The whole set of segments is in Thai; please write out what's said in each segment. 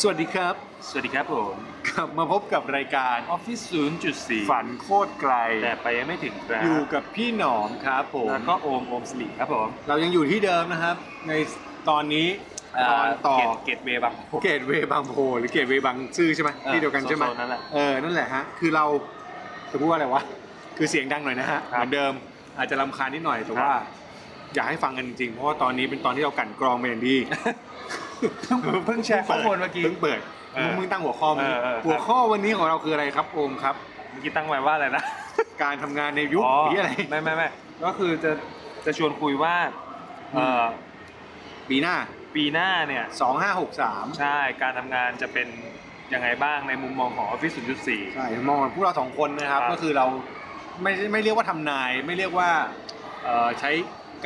สวัสดีครับ สวัสดีครับผม กลับมาพบกับรายการ ออฟฟิศ 0.4 ฝันโคตรไกล แต่ไปยังไม่ถึงครับ อยู่กับพี่หนอมครับผม แล้วก็โอมโอมสิริครับผม เรายังอยู่ที่เดิมนะครับ ในตอนนี้ตอนต่อ เกตเกตเวย์บางโพ เกตเวย์บางโพหรือเกตเวย์บางซื่อใช่ไหม เออ ที่เดียวกันใช่ไหม โซนๆนั่นแหละ เออนั่นแหละฮะคือเราจะพูดว่าอะไรวะคือเสียงดังหน่อยนะฮะ ครั เห บ มือนเดิมอาจจะรำคาญนิดหน่อยแต่ว่า ครับ อยากให้ฟังกันจริงๆเพราะว่าตอนนี้เป็นตอนที่เรากลันกรองเป็นอย่างดี เพิ่งแชร์ข้อมูลเมื่อกี้ เพิ่งเปิด เออ มึงตั้งหัวข้อมึง เออเออครับ หัวข้อวันนี้ของเราคืออะไรครับโอมครับ เมื่อกี้ตั้งไว้ว่าอะไรนะ การทำงานในยุคนี้อะไร ไม่ไม่ไม่ก็คือจะจะชวนคุยว่า อืม เอ่อ ปีหน้า ปีหน้าเนี่ย 2563 ใช่การทำงานจะเป็นยังไงบ้างในมุมมองของออฟฟิศ 0.4 ใช่มองพวกเราสองคนนะครับ ครับ ก็คือเราไม่ไม่เรียกว่าทำนาย ไม่เรียกว่าเอ่อใช้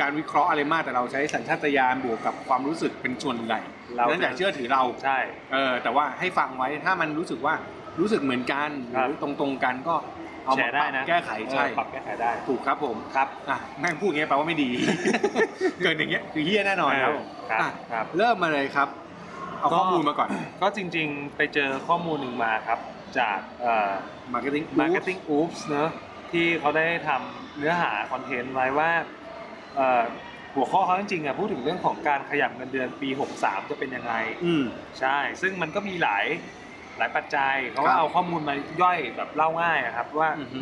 การวิเคราะห์อะไรมากแต่เราใช้สัญชาตญาณบวกกับความรู้สึกเป็นส่วนใหญ่ เรา ดังนั้นอย่า จะ เชื่อถือเรา ใช่ เออแต่ว่าให้ฟังไว้ถ้ามันรู้สึกว่ารู้สึกเหมือนกันห ครับ รือตรงๆกันก็เอา แช มา รป์ได้ รับ นะ แก้ไข เออ ใช่ ปรับแก้ไขได้ ถูกครับผม ครับ อ่ะแม่งพูดอย่างเงี้ยแปลว่าไม่ ดี เกิดอย่างเงี้ยคือเฮี้ยแน่นอนครับผม ครับ อ่ะ ครับ เริ่มมาเลยครับ เอาข้อมูลมาก่อน ก็จริงๆไปเจอข้อมูลหนึ่งมาครับ จากเอ่อ Marketing Oops Marketing Oops เนอะที่เขาได้ทำเนื้อหาคอนเทนต์ไว้ว่าเอ่อหัวข้อเขาจริงๆอะพูดถึงเรื่องของการขยับเงินเดือนปี 63 จะเป็นยังไง อืม ใช่ ซึ่งมันก็มีหลายหลายปัจจัยเขา ครับก็เอาข้อมูลมาย่อยแบบเล่าง่ายอะครับว่า อือฮึ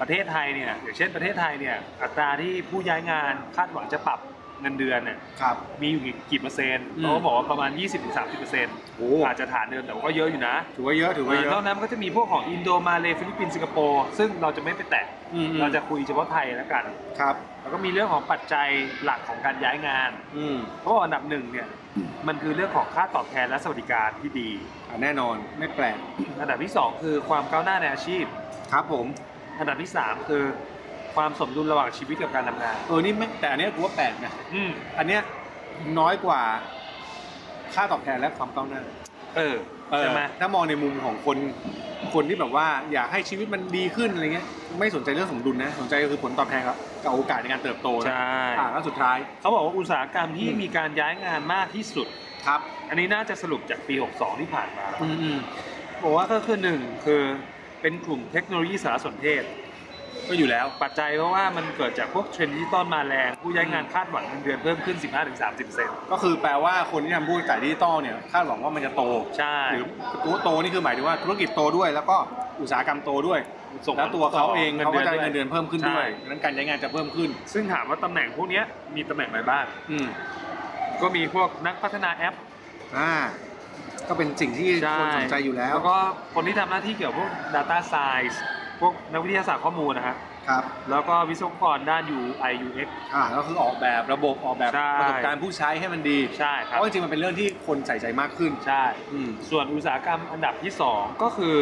ประเทศไทยเนี่ยอย่างเช่นประเทศไทยเนี่ยอัตราที่ผู้ย้ายงานคาดหวังจะปรับเงินเดือนเนี่ย ครับ มีอยู่กี่เปอร์เซ็นต์ อืม เขาก็บอกว่าประมาณ 20-30%เปอร์เซ็นต์ โอ้ อาจจะฐานเดิมแต่ว่าก็เยอะอยู่นะ ถือว่าเยอะถือว่าเย นอ อะ กนั้นมันก็จะมีพวกของอินโดมาเลฟิลิปปินส์สิงคโปร์ซึ่งเราจะไม่ไปแตะ อืมอืม เราจะคุยเฉพาะไทยแล้วกัน ครับ แล้วก็มีเรื่องของปัจจัยหลักของการย้ายงาน อืม เพราะว่าอันดับหนึ่งเนี่ยมันคือเรื่องของค่าตอบแทนและสวัสดิการที่ดี อ่ะแน่นอนไม่แปลก อันดับที่สองคือความก้าวหน้าในอาชีพ ครับผม อันดับที่สามคือความสมดุลระหว่างชีวิตกับการทำงาน เออนี่ไม่แต่อันเนี้ยกูว่าแปลกนะ อืม อันเนี้ยน้อยกว่า ค่าตอบแทนและความก้าวหน้า เออ เออ ใช่ไหม ถ้ามองในมุมของคนคนที่แบบว่าอยากให้ชีวิตมันดีขึ้นอะไรเงี้ยไม่สนใจเรื่องสมดุลนะ สนใจก็คือผลตอบแทนครับกับโอกาสในการเติบโตนะ ใช่ อ่าแล้วสุดท้าย เขาบอกว่าอุตสาหกรรมที่ อืม มีการย้ายงานมากที่สุด ครับ อันนี้น่าจะสรุปจากปี 62 ที่ผ่านมาแล้ว อืมอืม บอกว่าก็คือหนึ่งคือเป็นกลุ่มเทคโนโลยีสารสนเทศ ก็อยู่แล้วปัจจัยเพราะว่ามันเกิดจากพวกเทรนด์ดิจิตอลมาแรงผู้ย้ายงานคาดหวังเงินเดือนเพิ่มขึ้น 15-30เซน ก็คือแปลว่าคนที่ทำผู้จ่ายดิจิตอลเนี่ยคาดหวังว่ามันจะโต ใช่ หรือตัวโตนี่คือหมายถึงว่าธุรกิจโตด้วย แล้วก็อุตสาหกรรมโตด้วย แล้วตัวเขาเองเขาก็จะได้เงินเดือนเพิ่มขึ้นด้วยดังนั้นการใช้งานจะเพิ่มขึ้น ซึ่งถามว่าตำแหน่งพวกเนี้ยมีตำแหน่งอะไรบ้าง อืม ก็มีพวกนักพัฒนาแอป อ่า ก็เป็นสิ่งที่ ใช่ คนสนใจอยู่แล้ว แล้วก็คนที่ทำหน้าที่เกี่ยวกับพวก Data Science พวกนักวิทยาศาสตร์ข้อมูลนะฮะ ครับ แล้วก็วิศวกรด้าน UI UX อ่าก็คือออกแบบระบบออกแบบ ใช่ ประสบการณ์ผู้ใช้ให้มันดี ใช่ค เพ รับ ราะจริงๆมันเป็นเรื่องที่คนใส่ใจมากขึ้น ใช่ อืม ส่วนอุตสาหกรรมอันดับที่ 2 ก็คือ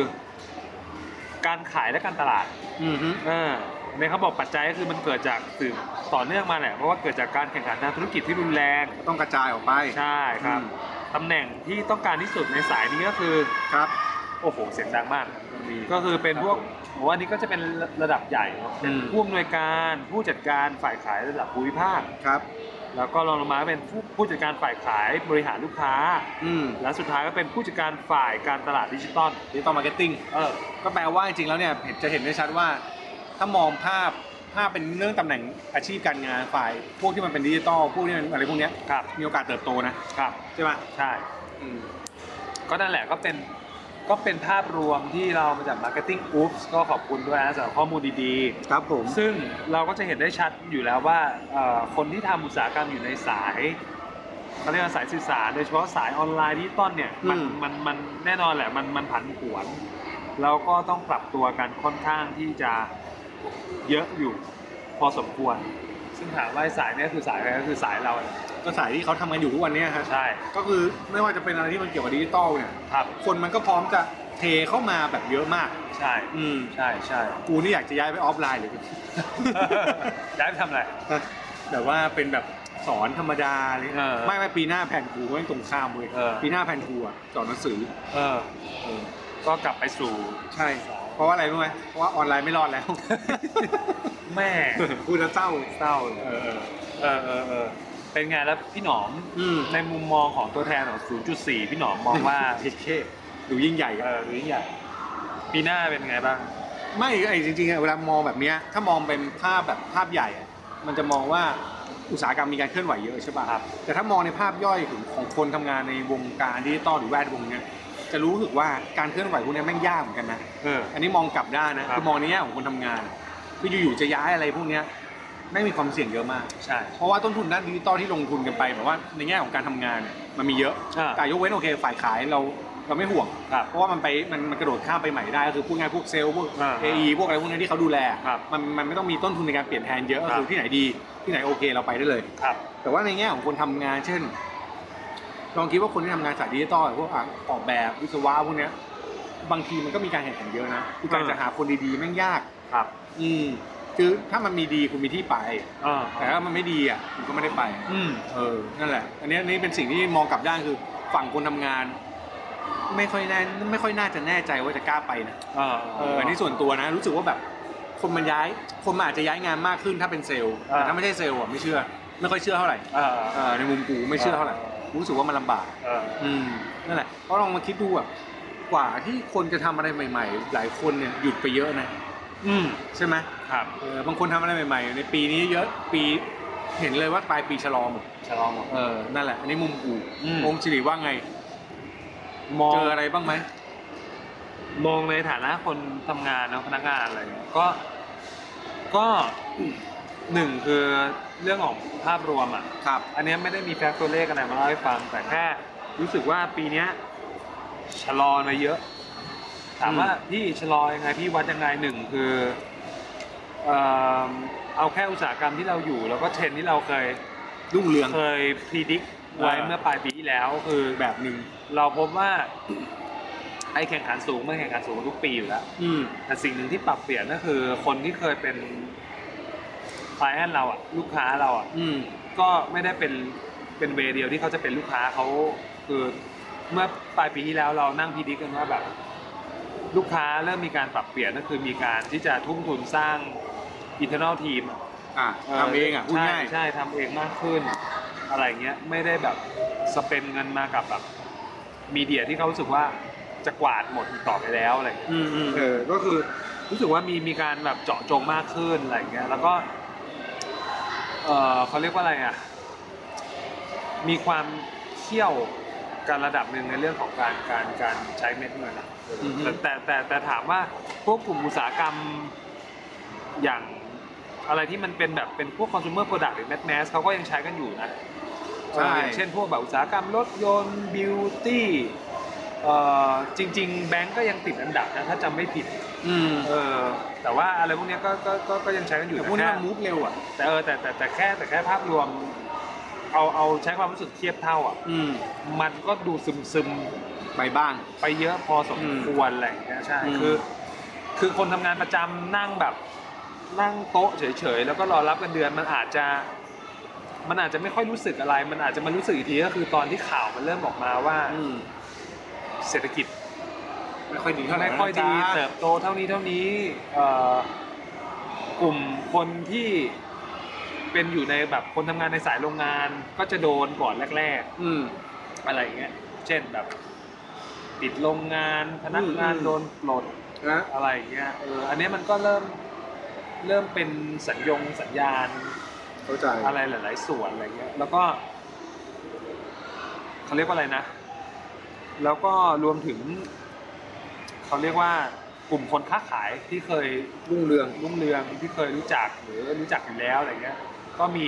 การขายและการตลาด อืมฮึ เออในเขาบอกปัจจัยก็คือมันเกิดจากสืบต่อเนื่องมาแหละเพราะว่าเกิดจากการแข่งขันทางธุรกิจที่รุนแรง ก็ต้องกระจายออกไป ใช่ครับ อืม ตำแหน่งที่ต้องการที่สุดในสายนี้ก็คือ ครับ โอ้โหเสียงดังมาก ดี ก็คือเป็นพวกผมว่านี่ก็จะเป็นระดับใหญ่เนอะ อืม ผู้อำนวยการผู้จัดการฝ่ายขายระดับภูมิภาค ครับ แล้วก็รองลงมาเป็นผู้ผู้จัดการฝ่ายขายบริหารลูกค้า อืม และสุดท้ายก็เป็นผู้จัดการฝ่ายการตลาดดิจิตอล ดิจิตอลมาร์เก็ตติ้ง เออ ก็แปลว่าจริงๆแล้วเนี่ยเห็นจะเห็นได้ชัดว่า ถ้ามองภาพภาพเป็นเรื่องตำแหน่งอาชีพการงานฝ่าย พวกที่มันเป็นดิจิตอลพวกที่มันอะไรพวกเนี้ย ครับ มีโอกาสเติบโตนะครับ ใช่ไหม ใช่ อืม ก็นั่นแหละก็เป็น ก็เป็นภาพรวมที่เรามาจาก Marketing Oops ก็ขอบคุณด้วยนะสำหรับข้อมูลดี ครับผม ๆ ซึ่งเราก็จะเห็นได้ชัดอยู่แล้วว่าเอ่อคนที่ทำอุตสาหกรรมอยู่ในสายเขาเรียกว่าสายสื่อสารโดยเฉพาะสายออนไลน์ดิจิตอลเนี่ยมันมันมันแน่นอนแหละมันมันผันผวน แล้วก็ต้องปรับตัวกันค่อนข้างที่จะเยอะอยู่พอสมควร ซึ่งถามว่าสายเนี้คือสายอะไรก็คือสายเราแหละ ก็สายที่เขาทำกันอยู่ทุกวันเนี้ยฮะ ใช่ ก็คือไม่ว่าจะเป็นอะไรที่มันเกี่ยวกับดิจิตอลเนี่ย ครับ คนมันก็พร้อมจะเทเข้ามาแบบเยอะมาก ใช่ อืม ใช่ใช่ กูนี่อยากจะย้ายไปออฟไลน์เลย ย้ายไปทำอะไร แบบว่าเป็นแบบสอนธรรมดาเลย เออ ไม่ไม่ปีหน้าแผ่นกูไม่ตรงข้ามเลย เออ ปีหน้าแผ่นกูอะสอนหนังสือ เออ เออ ก็กลับไปสู่ ใช่ เพราะว่าอะไรรู้ไหมเพราะว่าออนไลน์ไม่รอดแล้ว แม่ พูดแล้วเศร้า เศร้าเลย เออ เออเออเออเป็นไงแล้วพี่หนอม อืม ในมุมมองของตัวแทนของ 0.4 พี่หนอมมองว่า เทคเคดูยิ่งใหญ่อะ เออหรือใหญ่ปีหน้าเป็นไงบ้าง ไม่ไอ้จริงๆอะเวลามองแบบเนี้ยถ้ามองเป็นภาพแบบภาพใหญ่อะมันจะมองว่าอุตสาหกรรมมีการเคลื่อนไหวเยอะใช่ป่ะ ครับ แต่ถ้ามองในภาพย่อยของของคนทำงานในวงการดิจิตอลหรือแวดวงเนี้ยจะรู้สึกว่าการเคลื่อนไหวพวกเนี้ยแม่งยากเหมือนกันนะ เออ อันนี้มองกลับด้านนะครับ คือมองในแง่ของคนทำงานคืออยู่ๆจะย้ายอะไรพวกเนี้ยไม่มีความเสี่ยงเยอะมาก ใช่ เพราะว่าต้นทุนด้านดิจิตอลที่ลงทุนกันไปแบบว่าในแง่ของการทำงานเนี่ยมันมีเยอะ อ่า แต่ยกเว้นโอเคฝ่ายขายเราเราไม่ห่วง ครับ เพราะว่ามันไปมันมันกระโดดข้ามไปใหม่ได้ก็คือพวกงานพวกเซลล์พวก อ่า เอพวกอะไรพวกนี้ที่เขาดูแล ครับ มันมันไม่ต้องมีต้นทุนในการเปลี่ยนแทนเยอะก็ ครั คื บ อที่ไหนดีที่ไหนโอเคเราไปได้เลย ครับ แต่ว่าในแง่ของคนทำงาน เช่น ลองคิดว่าคนที่ทำงานสายดิจิตอลพวกอ่ะออกแบบวิศวะพวกเนี้ย บางทีมันก็มีการแข่งขันเยอะนะคือการ อ่า จะหาคนดีๆแม่งยาก ครับ อืม คือถ้ามันมีดีคุณมีที่ไป เออ แต่ถ้ามันไม่ดีอ่ะคุณก็ไม่ได้ไป อืม เออ นั่นแหละ อันเนี้ยอันนี่เป็นสิ่งที่มองกลับด้านคือฝั่งคนทำงาน ไม่ค่อยแน่ไม่ค่อยน่าจะแน่ใจว่าจะกล้าไปนะ เออ เอออันนี้ส่วนตัวนะ รู้สึกว่าแบบ คนมันย้าย คนมันอาจจะย้ายงานมากขึ้นถ้าเป็นเซลล์ แต่ถ้าไม่ใช่เซลล์อ่ะไม่เชื่อ ไม่ค่อยเชื่อเท่าไหร่ เออเอ เอ่ อ อในมุมกูไม่เชื่อเท่าไหร่ รู้สึกว่ามันลำบาก เออ อืม นั่นแหละเพราะลองมาคิดดูแบบกว่าที่คนจะทำอะไรใหม่ ๆ หลายคนเนี่ยหยุดไปเยอะนะ อืม ใช่ไหม ครับ เออบางคนทำอะไรใหม่ ๆ ในปีนี้เยอะ ปีเห็นเลยว่าปลายปีชะลอหมด ฉลองหมด เออ นั่นแหละ อันนี้มุมกู อืม องค์สิริว่าไง มอง เจออะไรบ้างไหม มองในฐานะคนทำงานเนอะพนักงานอะไรเงี้ยก็ก็ หนึ่งคือเรื่องของภาพรวมอ่ะ ครับ อันเนี้ยไม่ได้มีแฟกต์ตัวเลขอะไรมาเล่าให้ฟัง แต่แค่รู้สึกว่าปีเนี้ยชะลอมาเยอะ ถามว่าพี่ชะลอยังไงพี่วัดยังไงหนึ่งคือเอ่อเอาแค่อุตสาหกรรมที่เราอยู่ แล้วก็เทรนด์ที่เราเคย รุ่งเรือง เคยพิจิกไว้ เออ เมื่อปลายปีที่แล้วคือ แบบหนึ่ง เราพบว่า ไอแข่งขันสูงมันแข่งขันสูงทุกปีอยู่แล้ว อืม แต่สิ่งหนึ่งที่ปรับเปลี่ยนก็คือคนที่เคยเป็นคลายแอนเราอะลูกค้าเราอะ อืม ก็ไม่ได้เป็นเป็นเวย์เดียวที่เขาจะเป็นลูกค้าเขาคือเมื่อปลายปีที่แล้วเรานั่งพีดิกันว่าแบบ ลูกค้าเริ่มมีการปรับเปลี่ยนก็คือมีการที่จะทุ่มทุนสร้าง internal team อะ อ่ะทำเองอ่ะพูดง่าย ใช่ใช่ทำเองมากขึ้น อะไรเงี้ยไม่ได้แบบสเปนเงินมากับแบบมีเดียที่เขารู้สึกว่าจะกวาดหมดอีกต่อไปแล้วอะไรเงี้ย อืมอืม เออก็คือรู้สึกว่ามีมีการแบบเจาะจงมากขึ้นอะไรเงี้ยแล้วก็เออเขาเรียกว่าอะไรอ่ะมีความเขี่ยวกันระดับหนึ่งในเรื่องของการการการใช้เม็ดเงินอะ อือฮึ แต่แต่แต่แต่ถามว่าพวกกลุ่มอุตสาหกรรม อย่างอะไรที่มันเป็นแบบเป็นพวกคอน sumer product หรือแมสแมสเขาก็ยังใช้กันอยู่นะ ใช่ เอออย่างเช่นพวกแบบอุตสาหกรรมรถยนต์บิวตี้จริง ๆ แบงก์ก็ยังติดอันดับนะถ้าจำไม่ผิด อืม เออแต่ว่าอะไรพวกเนี้ยก็ก็ก็ก็ยังใช้กันอยู่ แต่ นะ พวกนี้ แค่ มันมูฟเร็วอ่ะ แต่เออแต่แต่แต่แค่แต่แค่ภาพรวม เอาเอาใช้ความรู้สึกเทียบเท่าอ่ะ อืม มันก็ดูซึมซึมๆ ไปบ้าง ไปเยอะพอสมควรอะไรอย่างเงี้ยใช่ อืม คือ คือคนทำงานประจำนั่งแบบ นั่งโต๊ะเฉยๆ แล้วก็รอรับเงินเดือนมันอาจจะ มันอาจจะไม่ค่อยรู้สึกอะไร มันอาจจะมารู้สึกอีกทีก็คือตอนที่ข่าวมันเริ่มออกมาว่า อืม เศรษฐกิจ ไม่ค่อยดีเท่าไหร่ ไม่ค่อยดี นะจ๊ะ เติบโตเท่านี้เท่านี้เอ่อกลุ่มคนที่เป็นอยู่ในแบบคนทำงานในสายโรงงาน ก็จะโดนก่อนแรก ๆ อืม อะไรอย่างเงี้ย เช่นแบบปิดโรงงานพนักงาน อืม โดนปลด นะ อะไรอย่างเงี้ย เออ อันเนี้ยมันก็เริ่มเริ่มเป็นสัญญงสัญญาณ เข้าใจ อะไรหลาย ๆ ส่วนอะไรเงี้ย แล้วก็เขาเรียกว่าอะไรนะ แล้วก็รวมถึงเขาเรียกว่ากลุ่มคนค้าขายที่เคย รุ่งเรือง รุ่งเรืองที่เคยรู้จักหรือรู้จักอยู่แล้วอะไรเงี้ย ก็มี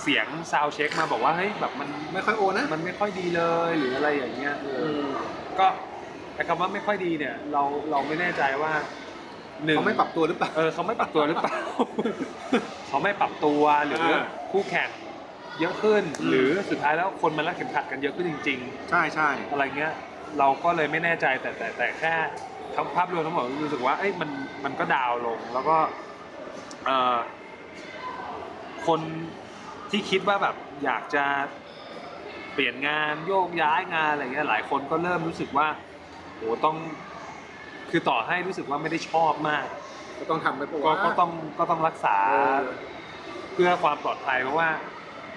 เสียงซาวเช็คมาบอกว่าเฮ้ยแบบมัน ไม่ค่อยโอนะ มันไม่ค่อยดีเลยหรืออะไรอย่างเงี้ยเออ อืม ก็แต่คำว่าไม่ค่อยดีเนี่ย เราเราไม่แน่ใจว่าหนึ่ง เขาไม่ปรับตัวหรือเปล่า เออเขาไม่ปรับตัวหรือเปล่า เขาไม่ปรับตัวหรือ เออ คู่แข่ง เยอะขึ้น อืม หรือสุดท้ายแล้วคนมันรักเข็มขัดกันเยอะขึ้นจริง ใช่ใช่ ๆ อะไรเงี้ยเราก็เลยไม่แน่ใจแต่แต่แต่แค่ทั้งภาพรวมทั้งหมดรู้สึกว่าเอ้ยมันมันก็ดาวน์ลง แล้วก็เอ่อคนที่คิดว่าแบบอยากจะเปลี่ยนงานโยกย้ายงานอะไรเงี้ยหลายคนก็เริ่มรู้สึกว่าโหต้องคือต่อให้รู้สึกว่าไม่ได้ชอบมาก ก็ต้องทำไปปะ ก็ วะ ก็ต้องก็ต้องรักษา เออ เพื่อความปลอดภัยเพราะว่า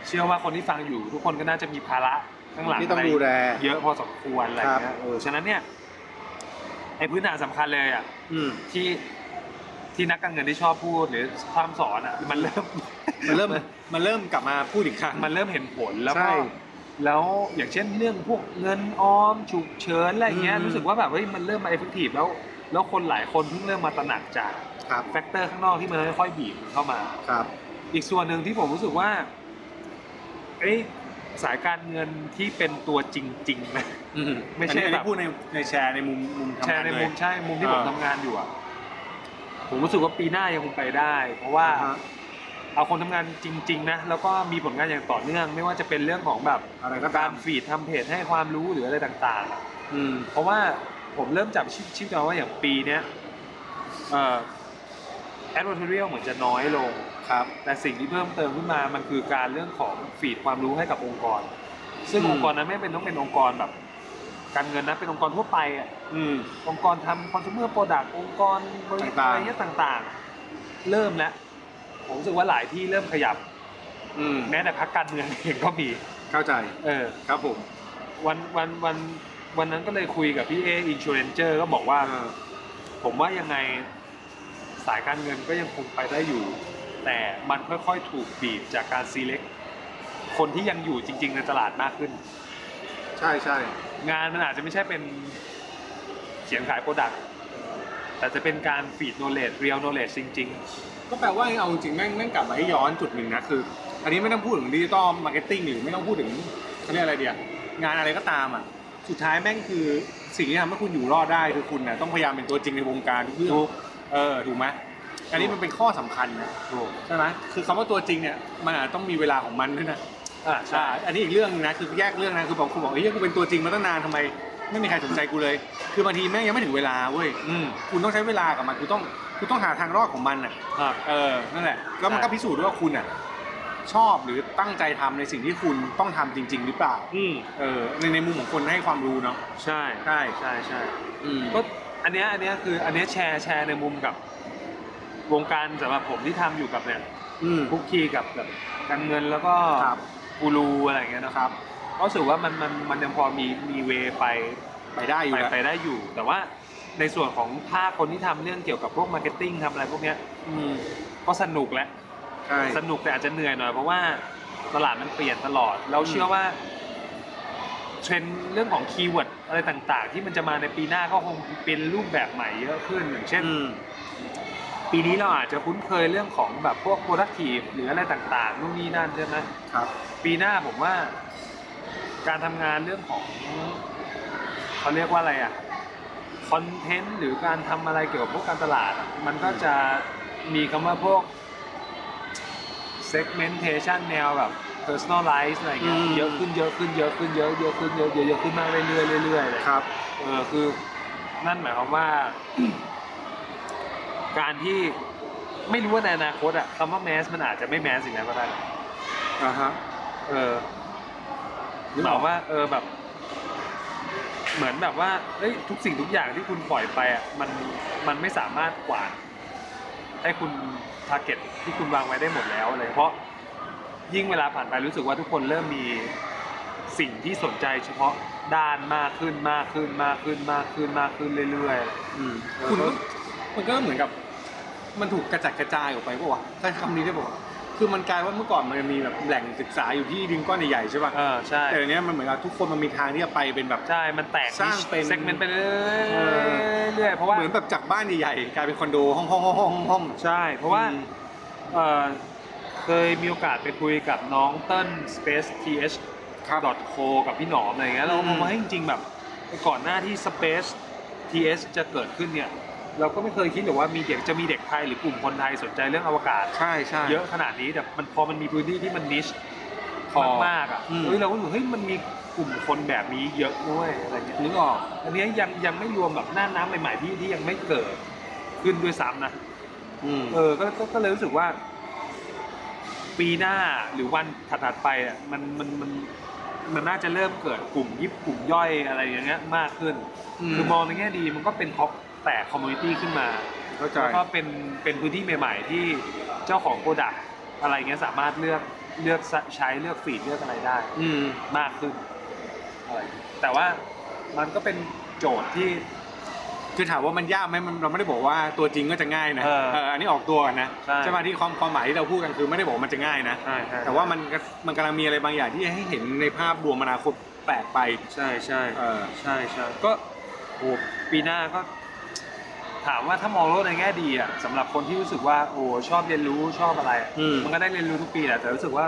เชื่อว่าคนที่ฟังอยู่ ทุกคนก็น่าจะมีภาระข้างหลัง ที่ต้องดูแล เยอะพอสมควรอะไรเคงี้รั ย บเออ ฉะนั้นเนี่ยไอ้พื้นฐานสำคัญเลยอ่ะ อืม ที่ที่นักการเงินที่ชอบพูดหรือพร่ำสอนอ่ะมันเริ่ม มันเริ่มมันเริ่มกลับมาพูดอีกครั้ง มันเริ่มเห็นผลแล้ว ใช่ ก็แล้วอย่างเช่นเรื่องพวกเงินออมฉุกเฉินอะไรเงี้ย อืม รู้สึกว่าแบบเฮ้ยมันเริ่มมาเอฟเฟกตีฟแล้ว แล้วคนหลายคนเพิ่งเริ่มมาตระหนักจาก ครับ แฟกเตอร์ข้างนอกที่มันค่อยๆบีบมันเข้ามา ครับ อีกส่วนหนึ่งที่ผมรู้สึกว่า เอ้ยสายการเงินที่เป็นตัวจริงๆ นะ อืม ไม่ใช่ อันนี้อัน แบ นี้ บ พูดในในแชร์ในมุมมุมทำ แช งาน ร์ใน เล มุ ย มใช่มุมที่ผม เออ ทำงานอยู่อะผมรู้สึกว่าปีหน้ายังคงไปได้ เพราะว่า อ่าฮะ เอาคนทำงานจริง ๆ นะ แล้วก็มีผลงานอย่างต่อเนื่อง ไม่ว่าจะเป็นเรื่องของแบบ อะไรก็ตา การ ม ฟีดทำเพจให้ความรู้หรืออะไรต่างๆอะ อืม เพราะว่าผมเริ่มจับชิปชิปจอว่าอย่างปีเนี้ยเอ่อแอดวอร์เรียลเหมือนจะน้อยลง ครับ แต่สิ่งที่เพิ่มเติมขึ้นมา มันคือการเรื่องของฟีดความรู้ให้กับองค์กร ซึ่ง อืม องค์กรนั้นไม่เป็นต้องเป็นองค์กรแบบ การเงินนะ เป็นองค์กรทั่วไปอะ อืม องค์กรทำคอน sumer product องค์กรบริการ ต่างๆ อะไรเงี้ยต่างๆ เริ่มแล้ว ผมรู้สึกว่าหลายที่เริ่มขยับ อืม แม้แต่พักการเมืองเองก็มี เข้าใจ เออ ครับผม วันวันวันวันนั้นก็เลยคุยกับพี่เออินชูเรนเจอร์ก็บอกว่า อ่า ผมว่ายังไงสายการเงินก็ยังคงไปได้อยู่ แต่มันค่อยๆถูกบีบจากการ select คนที่ยังอยู่จริง ๆ ในตลาดมากขึ้น ใช่ใช่ งานมันอาจจะไม่ใช่เป็นเขียนขายโปรดักต์แต่จะเป็นการฟีดโนเลดเรียลโนเลดจริง ก็แปลว่าเอาจริงๆแม่งแม่งกลับมาให้ย้อนจุดหนึ่งนะคือ อันนี้ไม่ต้องพูดถึงดิจิตอลมาร์เก็ตติ้งหรือไม่ต้องพูดถึงเขาเรียกอะไรเดียงานอะไรก็ตามอ่ะสุดท้ายแม่งคือสิ่งที่ทำให้คุณอยู่รอดได้คือคุณน่ะต้องพยายามเป็นตัวจริงในวงการทุกเรื่อง ถูก เออถูกไหมอันนี้มันเป็นข้อสำคัญนะ ๆถูก ใช่ไหมคือคำว่าตัวจริงเนี่ยมันอาจจะต้องมีเวลาของมันด้วยนะ อ่าใช่ ใช่อันนี้อีกเรื่องหนึ่งนะ คือแยกเรื่องนะ คือบอกคุณบอกเฮ้ยกูเป็นตัวจริงมาตั้งนานทำไม ไม่มีใครสนใจกูเลย คือบางทีแม่งยังไม่ถึงเวลาเว้ย อืม คุณต้องใช้เวลากับมัน คุณต้อง คุณต้องหาทางรอดของมันอ่ะ ครับ เออ นั่นแหละ แล้วมัน ใช่ ก็พิสูจน์ด้วยว่าคุณอ่ะชอบหรือตั้งใจทำในสิ่งที่คุณต้องทำจริง ๆ หรือเปล่า อืม เออ ในในมุมของคนให้ความรู้เนาะ ใช่ ใช่ ใช่ใช่ ก็ ก็อันเนี้ยอันเนี้ยคืออันเนี้ยแชร์แชร์ในมุมกับวงการสำหรับผมที่ทำอยู่กับเนี่ย อืม คุกคีกับแบบการเงินแล้วก็ ครับ กูรูอะไรอย่างเงี้ยนะครับก็รู้สึกว่ามันมันมันยังพอมีมีเวไป ไปได้อยู่ ไป แล้ว ไปได้อยู่ แต่ว่าในส่วนของภาคคนที่ทำเรื่องเกี่ยวกับพวกมาร์เก็ตติ้งทำอะไรพวกเนี้ย อืม ก็สนุกแหละ ใช่ สนุกแต่อาจจะเหนื่อยหน่อยเพราะว่าตลาดมันเปลี่ยนตลอด เรา อืม เชื่อว่าเทรนด์เรื่องของคีย์เวิร์ดอะไรต่าง ๆ ที่มันจะมาในปีหน้าก็คงเป็นรูปแบบใหม่เยอะขึ้นอย่างเช่น อืม ปีนี้เราอาจจะคุ้นเคยเรื่องของแบบพวก productive หรืออะไรต่างๆนู่นนี่นั่นใช่ไหม ครับ ปีหน้าผมว่า การทำงานเรื่องของเขาเรียกว่าอะไรอะคอนเทนต์หรือการทำอะไรเกี่ยวกับพวกการตลาดอะมันก็จะมีคำว่าพวก segmentation แนวแบบ personalize อะไรอย่างเงี้ย อืม เยอะขึ้นเยอะขึ้นเยอะขึ้นเยอะเยอะขึ้นเยอะเยอะเยอะขึ้นมากเรื่อยๆเรื่อยๆเลย ครับ เออคือนั่นหมายความ ว่า การที่ไม่รู้ว่าในอนาคตอะคำว่าแมสมันอาจจะไม่แมสอีกแล้วก็ได้นะ อ่าฮะ เออ นึก ห ออยมาก ว่า เออแบบ เหมือนแบบว่าเอ้ยทุกสิ่งทุกอย่างที่คุณปล่อยไปอะมันมันไม่สามารถกวาดให้คุณทาร์เก็ตที่คุณวางไว้ได้หมดแล้วอะไรเพราะยิ่งเวลาผ่านไปรู้สึกว่าทุกคนเริ่มมีสิ่งที่สนใจเฉพาะด้านมากขึ้นมากขึ้นมากขึ้นมากขึ้นมากขึ้นเรื่อยๆ คุณก็มันก็เหมือนกับ มันถูกกระจัดกระจายออกไปป่าวะใช้คำนี้ได้ป่าวะคือมันกลายว่าเมื่อก่อนมันมีแบบแหล่งศึกษาอยู่ที่ดินก้อนใหญ่ๆใช่ป่ะ เออใช่ แต่เดี๋ยวนี้มันเหมือนกับทุกคนมันมีทางที่จะไปเป็นแบบ ใช่ มันแตก สร้างเป็น เซกเมนต์ไปเร เออ ื่อยๆเพราะว่า เหมือนแบบจากบ้านใหญ่ๆกลายเป็นคอนโดห้องห้องห้องห้องห้อง ใช่ เพราะว่า อืม เออเคยมีโอกาสไปคุยกับน้องเติ้ล space th ครับ dot co กับพี่หนอมอะไรอย่างเงี้ยเราก็มองว่าเฮ้ยจริงๆแบบก่อนหน้าที่ space th จะเกิดขึ้นเนี่ย เราก็ไม่เคยคิดหรอกว่ามีเด็กจะมีเด็กไทยหรือกลุ่มคนไทยสนใจเรื่องอวกาศ ใช่ใช่ เยอะขนาดนี้แต่มันพอมันมีพื้นที่ที่มันนิช คอ มากๆอ่ะ อืม เฮ้ยเราก็รู้สึกเฮ้ยมันมีกลุ่มคนแบบนี้เยอะด้วยอะไรเงี้ย นึกออก อันเนี้ยยังยังไม่รวมแบบหน้าน้ำใหม่ๆที่ที่ยังไม่เกิดขึ้นด้วยซ้ำนะ อืม เออก็ก็ก็เลยรู้สึกว่า ปีหน้าหรือวันถัดๆไปอ่ะมันมันมันมันน่าจะเริ่มเกิดกลุ่มยิบกลุ่มย่อยอะไรอย่างเงี้ยมากขึ้น คือมองในแง่ดีมันก็เป็นท็อปแตกคอมมูนิตี้ขึ้นมา เข้าใจ แล้วก็เป็นเป็นพื้นที่ใหม่ ๆ ที่เจ้าของโปรดักอะไรเงี้ยสามารถเลือกเลือกใช้เลือกฟีดเลือกอะไรได้ อืม มากขึ้นอะไรแต่ว่ามันก็เป็นโจทย์ที่ คือถามว่ามันยากไหมมันเราไม่ได้บอกว่าตัวจริงก็จะง่ายนะ เออ เอออันนี้ออกตัวกันนะ ใช่ ไหมที่ความความหมายที่เราพูดกันคือไม่ได้บอกว่ามันจะง่ายนะ แต่ว่ามันก็มันกำลังมีอะไรบางอย่างที่ให้เห็นในภาพรวมอนาคตแปลกไป ใช่ใช่ เออ ใช่ใช่ก็โอ้ปีหน้าก็ ถามว่าถ้ามองโลกในแง่ดีอ่ะสำหรับคนที่รู้สึกว่าโอ้ชอบเรียนรู้ชอบอะไรอะ อืม มันก็ได้เรียนรู้ทุกปีแหละแต่รู้สึกว่า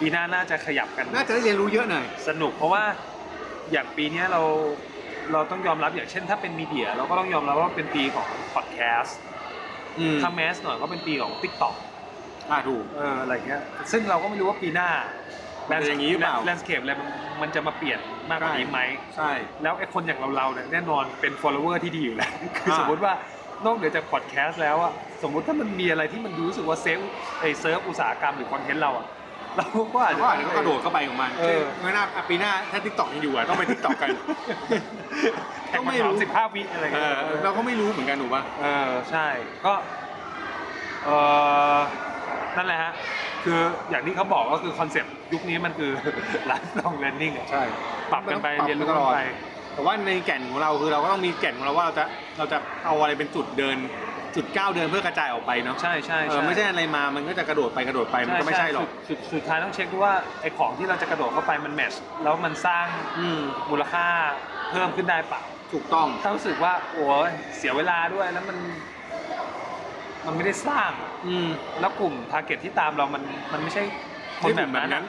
ปีหน้าน่าจะขยับกัน น่าจะได้เรียนรู้เยอะหน่อย สนุกเพราะว่าอย่างปีเนี้ยเราเราต้องยอมรับอย่างเช่น ถ้าเป็นมีเดีย เราก็ต้องยอมรับว่าเป็นปีของพอดแคสต์ อืม ถ้าแมสหน่อยก็เป็นปีของ TikTok อ่าถูก เอออะไรเงี้ย ซึ่งเราก็ไม่รู้ว่าปีหน้า มันจะอย่างนี้หรือเปล่า แลนด์สเคปอะไรมันมันจะมาเปลี่ยนมากกว่า ใช่ นี้ไหม ใช่ แล้วไอ้คนอย่างเราเราๆเนี่ยแน่นอนเป็น follower ที่ดีอยู่แล้ว คือ อ่า สมมติว่านอกเหนือจากพอดแคสต์แล้วอะสมมติถ้ามันมีอะไรที่มันดูรู้สึกว่าเซฟไอ้เซิร์ฟอุตสาหกรรมหรือคอนเทนต์เราอะ เราก็อาจ แต่ จะ ว่าอาจจะต้องกระโดดเข้าไปของมัน เออ เมื่อหน้าอ่ะปีหน้าถ้าทิกตอกยังอยู่อ่ะต้องไปทิกตอก กัน แข่ ก็ ง ไม่ มาสาม รู้ สิบห้าวิอะไร เอ เงี้ อย เราก็ไม่รู้เหมือนกันถูกป่ะ เออใช่ก็เออนั่นแหละฮะคืออย่างที่เขาบอกก็คือคอนเซปต์ยุคนี้มันคือ lifelong learning อะ ใช่ ปรับกันไป ปรับกัน เรียนรู้ ต กั ล น อด ไป แต่ว่าในแก่นของเราคือเราก็ต้องมีแก่นของเราว่าเราจะเราจะเอาอะไรเป็นจุดเดิน จุดก้าวเดินเพื่อกระจายออกไปเนาะ ใช่ใช่ เออไม่ใช่อะไรมามันก็จะกระโดดไปกระโดดไปมันก็ไม่ใช่หรอก สุดสุดสุดท้ายต้องเช็คดูว่าไอของที่เราจะกระโดดเข้าไปมันแมชแล้วมันสร้าง อืม มูลค่าเพิ่มขึ้นได้เปล่า ถูกต้อง ถ้ารู้สึกว่าโอ้ยเสียเวลาด้วยแล้วมัน มันไม่ได้สร้าง อืม แล้วกลุ่มทาร์เก็ตที่ตามเรามันมันไม่ใช่คนแบบนั้นอะ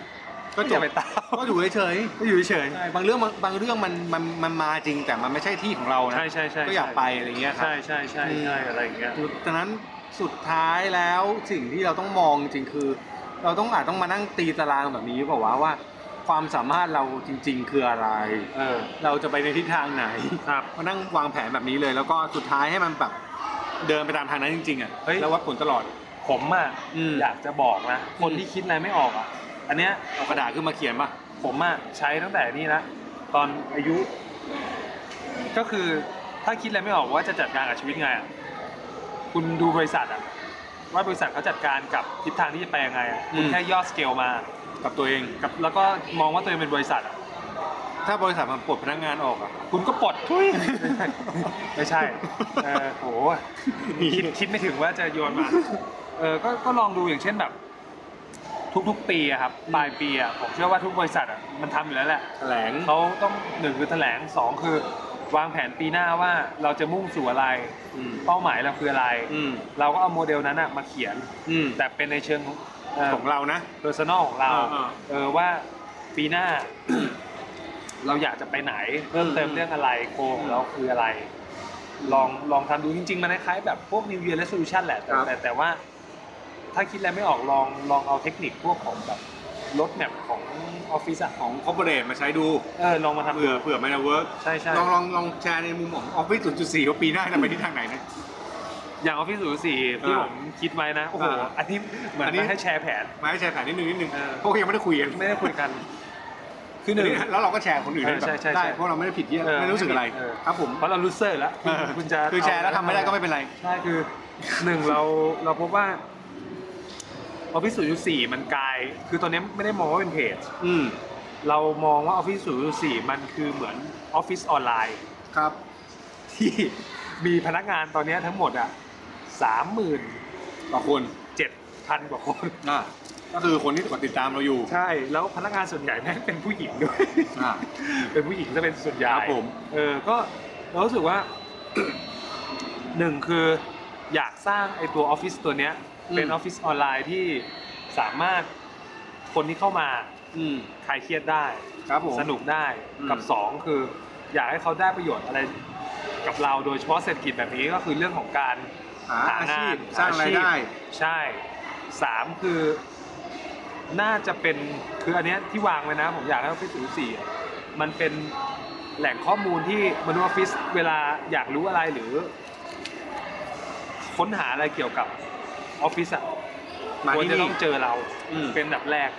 ก็ ก็ จ จะ บ ไปตาม ก็อยู่เฉย ก็อยู่เฉย ๆใช่บางเรื่องมันบางเรื่องมันมันมันมาจริงแต่มันไม่ใช่ที่ของเรานะ ใช่ใช่ใช่ ก็อยากไปอะไรเงี้ยครั ใช่ใช่ใช่ใช่อะไรอย่างเงี้ย จุดดังนั้นสุดท้ายแล้วสิ่งที่เราต้องมองจริงคือ เราต้องอาจต้องมานั่งตีตารางแบบนี้บอกว่าวะว่า ความสามารถเราจริง ๆ คืออะไร เออ เราจะไปในทิศทางไหน ครับ มานั่งวางแผนแบบนี้เลย แล้วก็สุดท้ายให้มันแบบเดินไปตามทางนั้นจริงๆอ่ะ เฮ้ย แล้ววัดผลตลอด ผมอ่ะ อืม อยากจะบอกนะคน อืม ที่คิดอะไรไม่ออกอ่ะ อันเนี้ย เอากระดาษขึ้นมาเขียนป่ะ ผมอะใช้ตั้งแต่นี่ละตอนอายุ ก็คือถ้าคิดอะไรไม่ออกว่าจะจัดการกับชีวิตไงอะคุณดูบริษัทอะว่าบริษัทเขาจัดการกับทิศทางที่จะไปยังไงอะคุณ อืม แค่ย่อสเกลมา กับตัวเอง กับแล้วก็มองว่าตัวเองเป็นบริษัทอะ ถ้าบริษัทมันปลดพนักงานออกอ่ะ คุณก็ปลด ทุยไม่ใช่เออโหคิดคิดไม่ถึงว่าจะโยนมาเออก็ก็ลองดูอย่างเช่นแบบ ทุกๆปีอะครับปลายปีอะผมเชื่อว่าทุกบริษัทอะมันทำอยู่แล้วแหละ แถลง เขาต้องหนึ่งคือแถลงสองคือวางแผนปีหน้าว่าเราจะมุ่งสู่อะไร อืม เป้าหมายเราคืออะไร อืม เราก็เอาโมเดลนั้นน่ะมาเขียน อืม แต่เป็นในเชิง ของเรานะ เพอร์ซันอลของเรา อ่า เออว่าปีหน้า เราอยากจะไปไหนเพิ่มเติม อืม เรื่องอะไรโคของเราคืออะไร ลองลองทำดูจริง ๆ มันคล้ายๆแบบพวก New Year Resolution แหละแต่แต่แต่ว่า ถ้าคิดอะไรไม่ออกลองลองเอาเทคนิคพวกของแบบรถแมพของออฟฟิศอะ ของคอร์ปอเรทมาใช้ดู เออลองมาทำ เผื่อเผื่อมันจะเวิร์ก ใช่ใช่ ลองลองลองแชร์ในมุมของออฟฟิศ0.4ว่าปีหน้าจะไปทิศทางไหนนะ อย่างออฟฟิศศูนย์สี่ที่ อ่า ผมคิดไว้นะ โอ้โห อ่า อันนี้เหมือน อันนี้ มาให้แชร์แผน มาให้แชร์แผนนิดนึงนิดนึง เออ เพราะยังไม่ได้คุยกัน ไม่ได้คุยกัน คือหนึ่ง แล้วเราก็แชร์คนอื่น เออใช่ใช่ใช่ ได้เพราะเราไม่ได้ผิดเยี่ยม เออ ไม่รู้สึกอะไร เออ ครับผม เพราะเรารู้เซอร์แล้วคุณ เออ คุณจะ คือแชร์แล้วทำไม่ได้ก็ไม่เป็นไร ใช่คือหนึ่งเราเราพบว่าออฟฟิศศูนย์สี่มันกลาย คือตอนนี้ไม่ได้มองว่าเป็นเพจ อืม เรามองว่าออฟฟิศศูนย์สี่มันคือเหมือนออฟฟิศออนไลน์ ครับ ที่มีพนักงานตอนนี้ทั้งหมดอ่ะสามหมื่น ต่อคน เจ็ดพันกว่าคน อ่ะก็คือคนที่กดติดตามเราอยู่ ใช่ แล้วพนักงานส่วนใหญ่แม่งเป็นผู้หญิงด้วย อ่ะ เป็นผู้หญิงจะเป็นส่วนใหญ่ ครับผม เออ ก็เรารู้สึกว่า หนึ่งคืออยากสร้างไอ้ตัวออฟฟิศตัวเนี้ย เป็นออฟฟิศออนไลน์ที่สามารถคนที่เข้ามา อืม คลายเครียดได้ ครับผม สนุกได้ อืม กับสองคือ อยากให้เขาได้ประโยชน์อะไรกับเราโดยเฉพาะเศรษฐกิจแบบนี้ก็คือเรื่องของการ หาอาชีพ ห สร้างรายได้ อชีพใช่สามคือ น่าจะเป็นคืออันเนี้ยที่วางไว้นะ ผมอยากให้ออฟฟิศศูนย์สี่อะมันเป็นแหล่งข้อมูลที่มนุษย์ออฟฟิศเวลาอยากรู้อะไรหรือ ค้นหาอะไรเกี่ยวกับออฟฟิศอะ มา ควร ที่ จะต้ นี่ องเจอเรา อืม เป็นอันดับแรก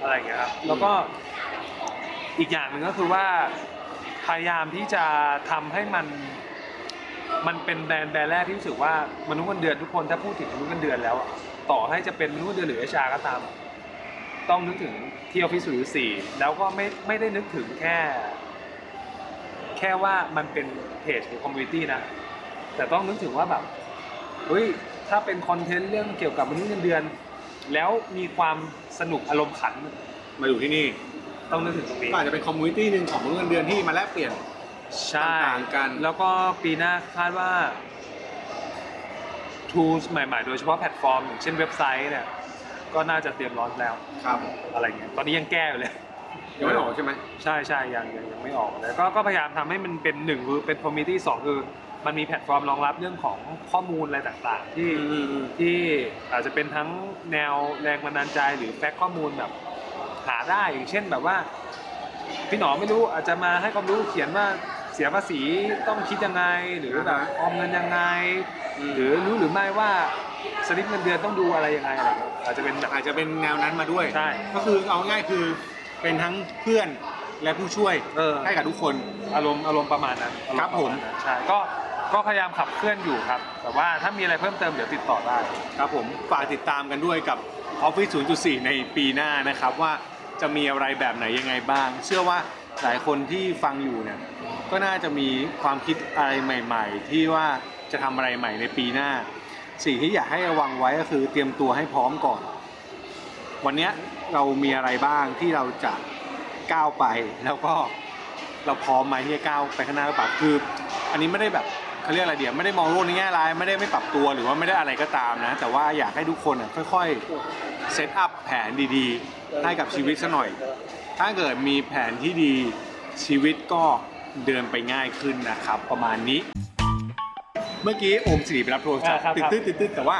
อะไรอย่างเงี้ยครับแล้วก็อีกอย่างหนึ่งก็คือว่าพยายามที่จะทำให้มัน มันเป็นแบรนด์แบรนด์แรกที่รู้สึกว่ามนุษย์เงินเดือนทุกคนถ้าพูดถึงมนุษย์เงินเดือนแล้วอะต่อให้จะเป็นมนุษย์เงินเดือนหรือเอชาก็ตาม ต้องนึกถึงที่ออฟฟิศศูนย์สี่แล้วก็ไม่ไม่ได้นึกถึงแค่ แค่ว่ามันเป็นเพจหรือคอมมูนิตี้นะ แต่ต้องนึกถึงว่าแบบเฮ้ยถ้าเป็นคอนเทนต์เรื่องเกี่ยวกับมนุษย์เงินเดือน แล้วมีความสนุกอารมณ์ขัน มาอยู่ที่นี่ ต้องนึกถึงตรงนี้ ก็อาจจะเป็นคอมมูนิตี้หนึ่งของมนุษย์เงินเดือนที่มาแลกเปลี่ยน ใช่ ต่างๆกัน แล้วก็ปีหน้าคาดว่า tools ใหม่ๆ โดยเฉพาะแพลตฟอร์มอย่างเช่นเว็บไซต์เนี่ยก็น่าจะเตรียมร้อนแล้ว ครับ อะไรเงี้ยตอนนี้ยังแก้อยู่เลย ยังไม่ออกใช่ไหม ใช่ใช่ยังยังยังไม่ออกแล้วก็ก็พยายามทำให้มันเป็นหนึ่งคือเป็นคอมมิตี้สองคือมันมีแพลตฟอร์มรองรับเรื่องของข้อมูลอะไรต่างๆ ที่ที่อาจจะเป็นทั้งแนวแรงบันดาลใจหรือแฟกต์ข้อมูลแบบหาได้อย่างเช่นแบบว่า พี่หนอไม่รู้อาจจะมาให้ความรู้เขียนว่าเสียภาษีต้องคิดยังไง หรือแบบออมเงินยังไง หรือรู้หรือไม่ว่าสลิปเงินเดือนต้องดูอะไรยังไงอะไรอย่างเงี้ยอาจจะเป็นแบบ อาจจะเป็นแนวนั้นมาด้วย ใช่ ก็คือเอาง่ายคือเป็นทั้งเพื่อนและผู้ช่วย เออ ให้กับทุกคน อารมณ์อารมณ์ประมาณนั้นอารณ์ ครับผม ปะาณนั้นใช่ก็ก็พยายามขับเคลื่อนอยู่ครับ แต่ว่าถ้ามีอะไรเพิ่มเติมเดี๋ยวติดต่อได้ ครับผมฝากติดตามกันด้วยกับ Office 0.4 ในปีหน้านะครับ ว่าจะมีอะไรแบบไหนยังไงบ้าง เชื่อว่าหลายคนที่ฟังอยู่เนี่ยก็น่าจะมีความคิดอะไรใหม่ ๆ ที่ว่าจะทำอะไรใหม่ในปีหน้า สิ่งที่อยากให้ระวังไว้ก็คือเตรียมตัวให้พร้อมก่อน วันเนี้ยเรามีอะไรบ้างที่เราจะก้าวไป แล้วก็เราพร้อมไหมที่จะก้าวไปข้างหน้าหรือเปล่าคือ อันนี้ไม่ได้แบบเขาเรียกอะไรเดียวไม่ได้มองโลกในแง่ร้ายไม่ได้ไม่ปรับตัวหรือว่าไม่ได้อะไรก็ตามนะ แต่ว่าอยากให้ทุกคนอ่ะค่อยๆเซตอัพแผนดีๆ ให้กับชีวิตซะหน่อย ถ้าเกิดมีแผนที่ดีชีวิตก็เดินไปง่ายขึ้นนะครับ ประมาณนี้ เมื่อกี้โอมสิริไปรับโทรศัพท์ อ่าครับ ติดตึ๊ดติดตึ๊ดแต่ว่า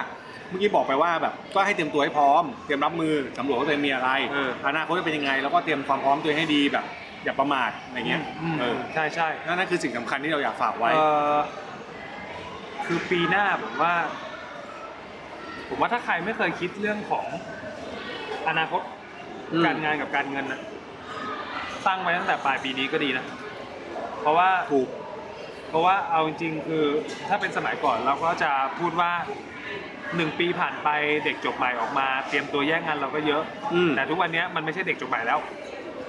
เมื่อกี้บอกไปว่าแบบก็ให้เตรียมตัวให้พร้อมเตรียมรับมือสำรวจว่าตัวเองมีอะไร เออ อนาคตจะเป็นยังไง แล้วก็เตรียมความพร้อมตัวเองให้ดีแบบ อย่าประมาทอะไรเงี้ย อืม เออ ใช่ใช่ นั่นนั่นคือสิ่งสำคัญที่เราอยากฝากไว้ เอ่อคือปีหน้าผมว่า ผมว่าถ้าใครไม่เคยคิดเรื่องของอนาคต อืม การงานกับการเงินนะตั้งไว้ตั้งแต่ปลายปีนี้ก็ดีนะ เพราะว่า ถูก เพราะว่าเอาจริงๆคือถ้าเป็นสมัยก่อนเราก็จะพูดว่าหนึ่งปีผ่านไปเด็กจบใหม่ออกมา เตรียมตัวแยกงานเราก็เยอะ อืม แต่ทุกวันเนี้ยมันไม่ใช่เด็กจบใหม่แล้ว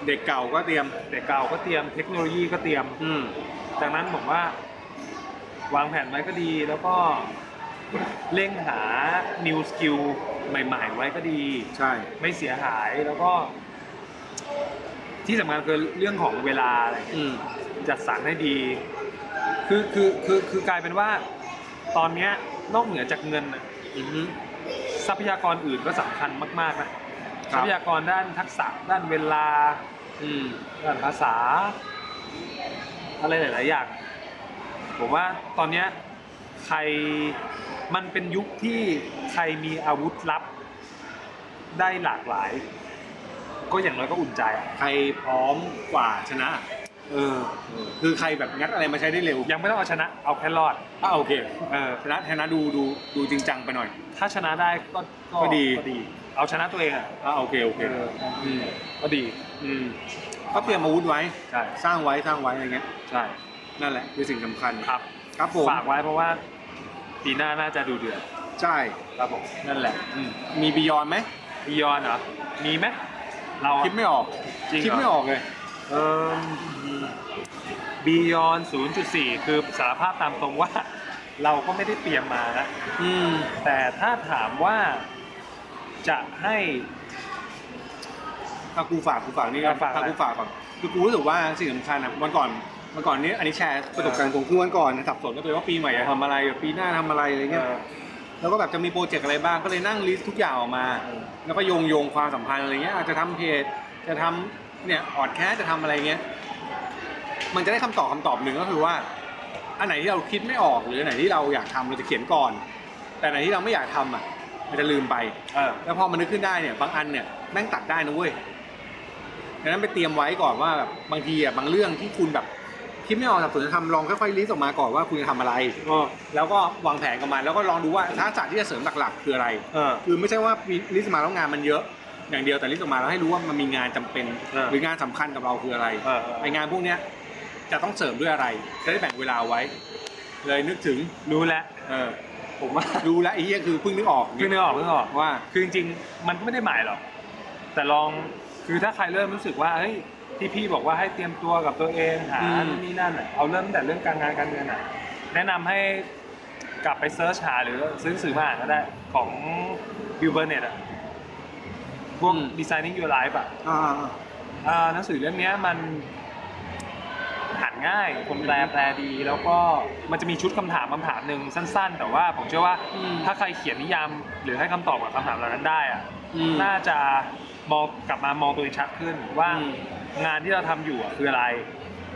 เด็กเก่าก็เตรียม เด็กเก่าก็เตรียมเทคโนโลยีก็เตรียม อืม ดังนั้นผมว่าวางแผนไว้ก็ดีแล้วก็เร่งหา new skill ใหม่ๆ ไว้ก็ดี ใช่ ไม่เสียหายแล้วก็ ที่สำคัญคือเรื่องของเวลาอะไรอย่างเงี้ย อืม จัดสรรให้ดี คือคือคือคือกลายเป็นว่า ตอนเนี้ยนอกเหนือจากเงินน่ะ อือฮึ ทรัพยากรอื่นก็สำคัญมากๆนะ ค ท รับ รัพยากรด้านทักษะด้านเวลา อืม ด้านภาษา อะไรหลาย ๆ อย่าง ผมว่าตอนเนี้ยใครมันเป็นยุคที่ใครมีอาวุธลับ ได้หลากหลาย ก็อย่างน้อยก็อุ่นใจอะ ใครพร้อมกว่าชนะ เออ คือใครแบบงัดอะไรมาใช้ได้เร็ว ยังไม่ต้องเอาชนะเอาแค่รอด อ่ะโอเค เออ ชนะชนะดูดูดูจริงจังไปหน่อย ถ้าชนะได้ก็ ก็ดี เอาชนะตัวเองอ่ะ อ่ะโอเคโอเค เออ อืม ก็ดี อืม ก็เตรียมอาวุธไว้ ใช่ สร้างไว้สร้างไว้อะไรเงี้ย ใช่ นั่นแหละคือสิ่งสำคัญ ครับ ครับผม ฝากไว้เพราะว่าปีหน้าน่าจะดูเดือด ใช่ ครับผม นั่นแหละ อืม มีบียอนไหม พียอนเหรอมีไหมเราอะ คิดไม่ออก จริงเหรอ คิดไม่ออกเลย เออบียอน0.4 คือสารภาพตามตรงว่า เราก็ไม่ได้เตรียมมานะ อืม แต่ถ้าถามว่าจะให้ ถ้ากูฝากกูฝากนี่ อ่ะฝากอะไร ถ้ากูฝากก่อนคือกูรู้สึกว่าสิ่งสำคัญนะวันก่อนวันก่อนนี้อันนี้แชร์ประสบการณ์ของกูวันก่อนนะสับสนก็เลยว่าปีใหม่จะทำอะไรแบบปีหน้าทำอะไรอะไรเงี้ย เออ แล้วก็แบบจะมีโปรเจกต์อะไรบ้างก็เลยนั่งลิสต์ทุกอย่างออกมา เออ แล้วก็โยงโยงความสัมพันธ์อะไรเงี้ยอาจจะทำเพจจะทำเนี่ยออดแคสจะทำอะไรเงี้ยมันจะได้คำตอบคำตอบหนึ่งก็คือว่า อันไหนที่เราคิดไม่ออกหรืออันไหนที่เราอยากทำเราจะเขียนก่อน แต่อันไหนที่เราไม่อยากทำอ่ะ มันจะลืมไป เออ แล้วพอมันนึกขึ้นได้เนี่ยบางอันเนี่ยแม่งตัดได้นะเว้ยดังนั้นไปเตรียมไว้ก่อนว่าแบบบางทีอ่ะบางเรื่องที่คุณแบบคิดไม่ออกสับสนจะทำลองค่อยๆลิสต์ออกมาก่อนว่าคุณจะทำอะไร เออ แล้วก็วางแผนกับมันแล้วก็ลองดูว่าทักษะที่จะเสริมหลักๆคืออะไร เออ คือไม่ใช่ว่ามีลิสต์มาแล้วงานมันเยอะ อย่างเดียวแต่ลิสต์ออกมาแล้วให้รู้ว่ามันมีงานจำเป็น เออ หรืองานสำคัญกับเราคืออะไร เออ ไองานพวกเนี้ยจะต้องเสริมด้วยอะไรจะได้แบ่งเวลาไว้ เลยนึกถึง รู้แล้ว เออ ผมว่า รู้แล้วไอ้เหี้ยคือเพิ่งนึกออก เพิ่งนึกออกเพิ่งนึกออก ว่า คือจริงๆมันก็ไม่ได้หมายหรอก แต่ลองคือถ้าใครเริ่มรู้สึกว่าเฮ้ยที่พี่บอกว่าให้เตรียมตัวกับตัวเองหา อืม นู่นนี่นั่นอะเอาเริ่มตั้งแต่เรื่องการงานการเงินอ่ะแนะนำให้กลับไปเซิร์ชหาหรือซื้อหนังสือมาอ่านก็ได้ของบิวเบอร์เน็ตอ่ะพวก Designing Your Life อ่ะ อ่า อ่าหนังสือเล่มเนี้ยมันอ่านง่าย คนแปลแปลดี แล้วก็มันจะมีชุดคำถามคำถามหนึ่งสั้น ๆ แต่ว่าผมเชื่อว่า อืม ถ้าใครเขียนนิยาม หรือให้คำตอบกับคำถามเหล่านั้นได้อ่ะ อืม น่าจะมองกลับมามองตัวเองชัดขึ้นว่า อืม งานที่เราทำอยู่อะคืออะไร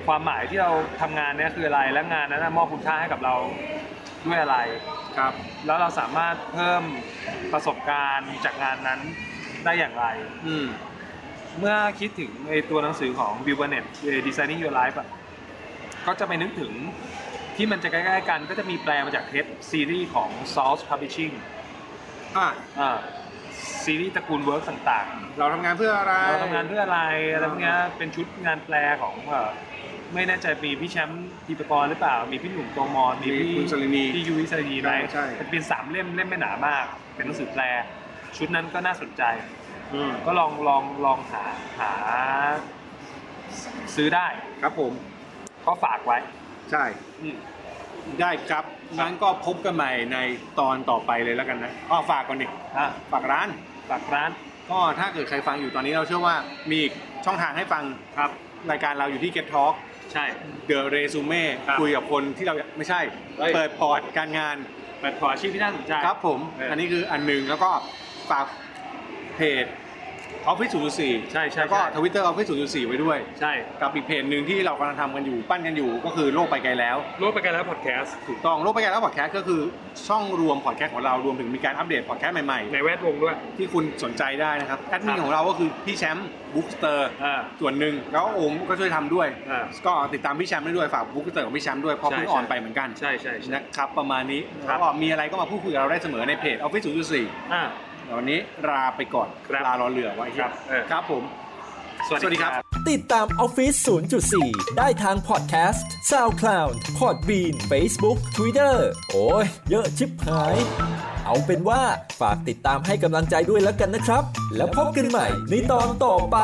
ความหมายที่เราทำงานเนี้ยคืออะไรและงานนั้นนะมอบคุณค่าให้กับเราด้วยอะไร ครับ แล้วเราสามารถเพิ่มประสบการณ์จากงานนั้นได้อย่างไร อืม เมื่อคิดถึงไอตัวหนังสือของ b i l l b u r n e t Designing Your Life อ่ะก็จะไปนึกถึงที่มันจะใกล้ๆกันก็จะมีแปลมาจากเทปซีรีส์ของ Source Publishing อ่ะ อ่าซีรีส์ตระกูลเวิร์กต่างๆ เราทำงานเพื่ออะไร เราทำงานเพื่ออะไรอะไรพวกเนี้ยเป็นชุดงานแปลของเอ่อไม่แน่ใจมีพี่แชมป์ทีปกรหรือเปล่า มีพี่หนุ่มโตมอนมี มี พี่ คุณสลินี พี่ยูวิสรีไหม ใช่ใช่ มันเป็นสามเล่มเล่มไม่หนามาก เป็นหนังสือแปล ชุดนั้นก็น่าสนใจ อืม ก็ลองลองลองหาหา ซื้อได้ ครับผม ก็ฝากไว้ ใช่ อืม ได้ครับงั้นก็พบกันใหม่ในตอนต่อไปเลยแล้วกันนะอ้อฝากก่อนดิ อ่ะ ฝากร้าน ฝากร้าน ก็ถ้าเกิดใครฟังอยู่ตอนนี้เราเชื่อว่ามีอีกช่องทางให้ฟัง ครับ รายการเราอยู่ที่ Get Talk ใช่ The Resume ครับ คุยกับคนที่เราอยากไม่ใช่ เฮ้ย เปิดพอร์ตการงาน เปิดขออาชีพที่น่าสนใจ ครับผม เอออั อันนี้คืออันหนึ่งแล้วก็ฝากเพจ Office 0.4 ใช่ใช่ แล้วก็ ใช่ Twitter Office 0.4ไว้ด้วย ใช่ กับอีกเพจหนึ่งที่เรากำลังทำกันอยู่ปั้นกันอยู่ก็คือโลกไปไกลแล้ว รถไปกันแล้วพอดแคสต์ ถูกต้องโลกไปไกลแล้วพอดแคสต์ก็คือช่องรวมพอดแคสต์ของเรารวมถึงมีการอัปเดตพอดแคสต์ใหม่ ในแวดวงด้วย ๆ ที่คุณสนใจได้นะครับแอดมินของเราก็คือพี่แชมป์บุ๊กสเตอร์ อ่า ส่วนหนึ่งแล้วโอมก็ช่วยทำด้วย อ่า ก็ติดตามพี่แชมป์ได้ด้วยฝากบุ๊กสเตอร์ของพี่แชมป์ด้วยเพราะ ใช่ เพิ่งออน ใช่ ไปเหมือนกัน ใช่ใช่ใช่ นะครับประมาณนี้ ครั แล้ บ วก็มีอะไรก็มาพูดคุยกับเราได้เสมอในเพจออฟฟิศ0.4 อ่า วันนี้ลาไปก่อน ครับ ลารอเรือไว้ ครับเออ ครับผม สวัส สวัสดี ดี ค ค รั รับ บ ติดตาม Office 0.4 ได้ทางพอดแคสต์ SoundCloud Podbean Facebook Twitter โอ้ย เยอะชิบหาย เอาเป็นว่าฝากติดตามให้กำลังใจด้วยแล้วกันนะครับ แล้วพบกันใหม่ในตอนต่อไป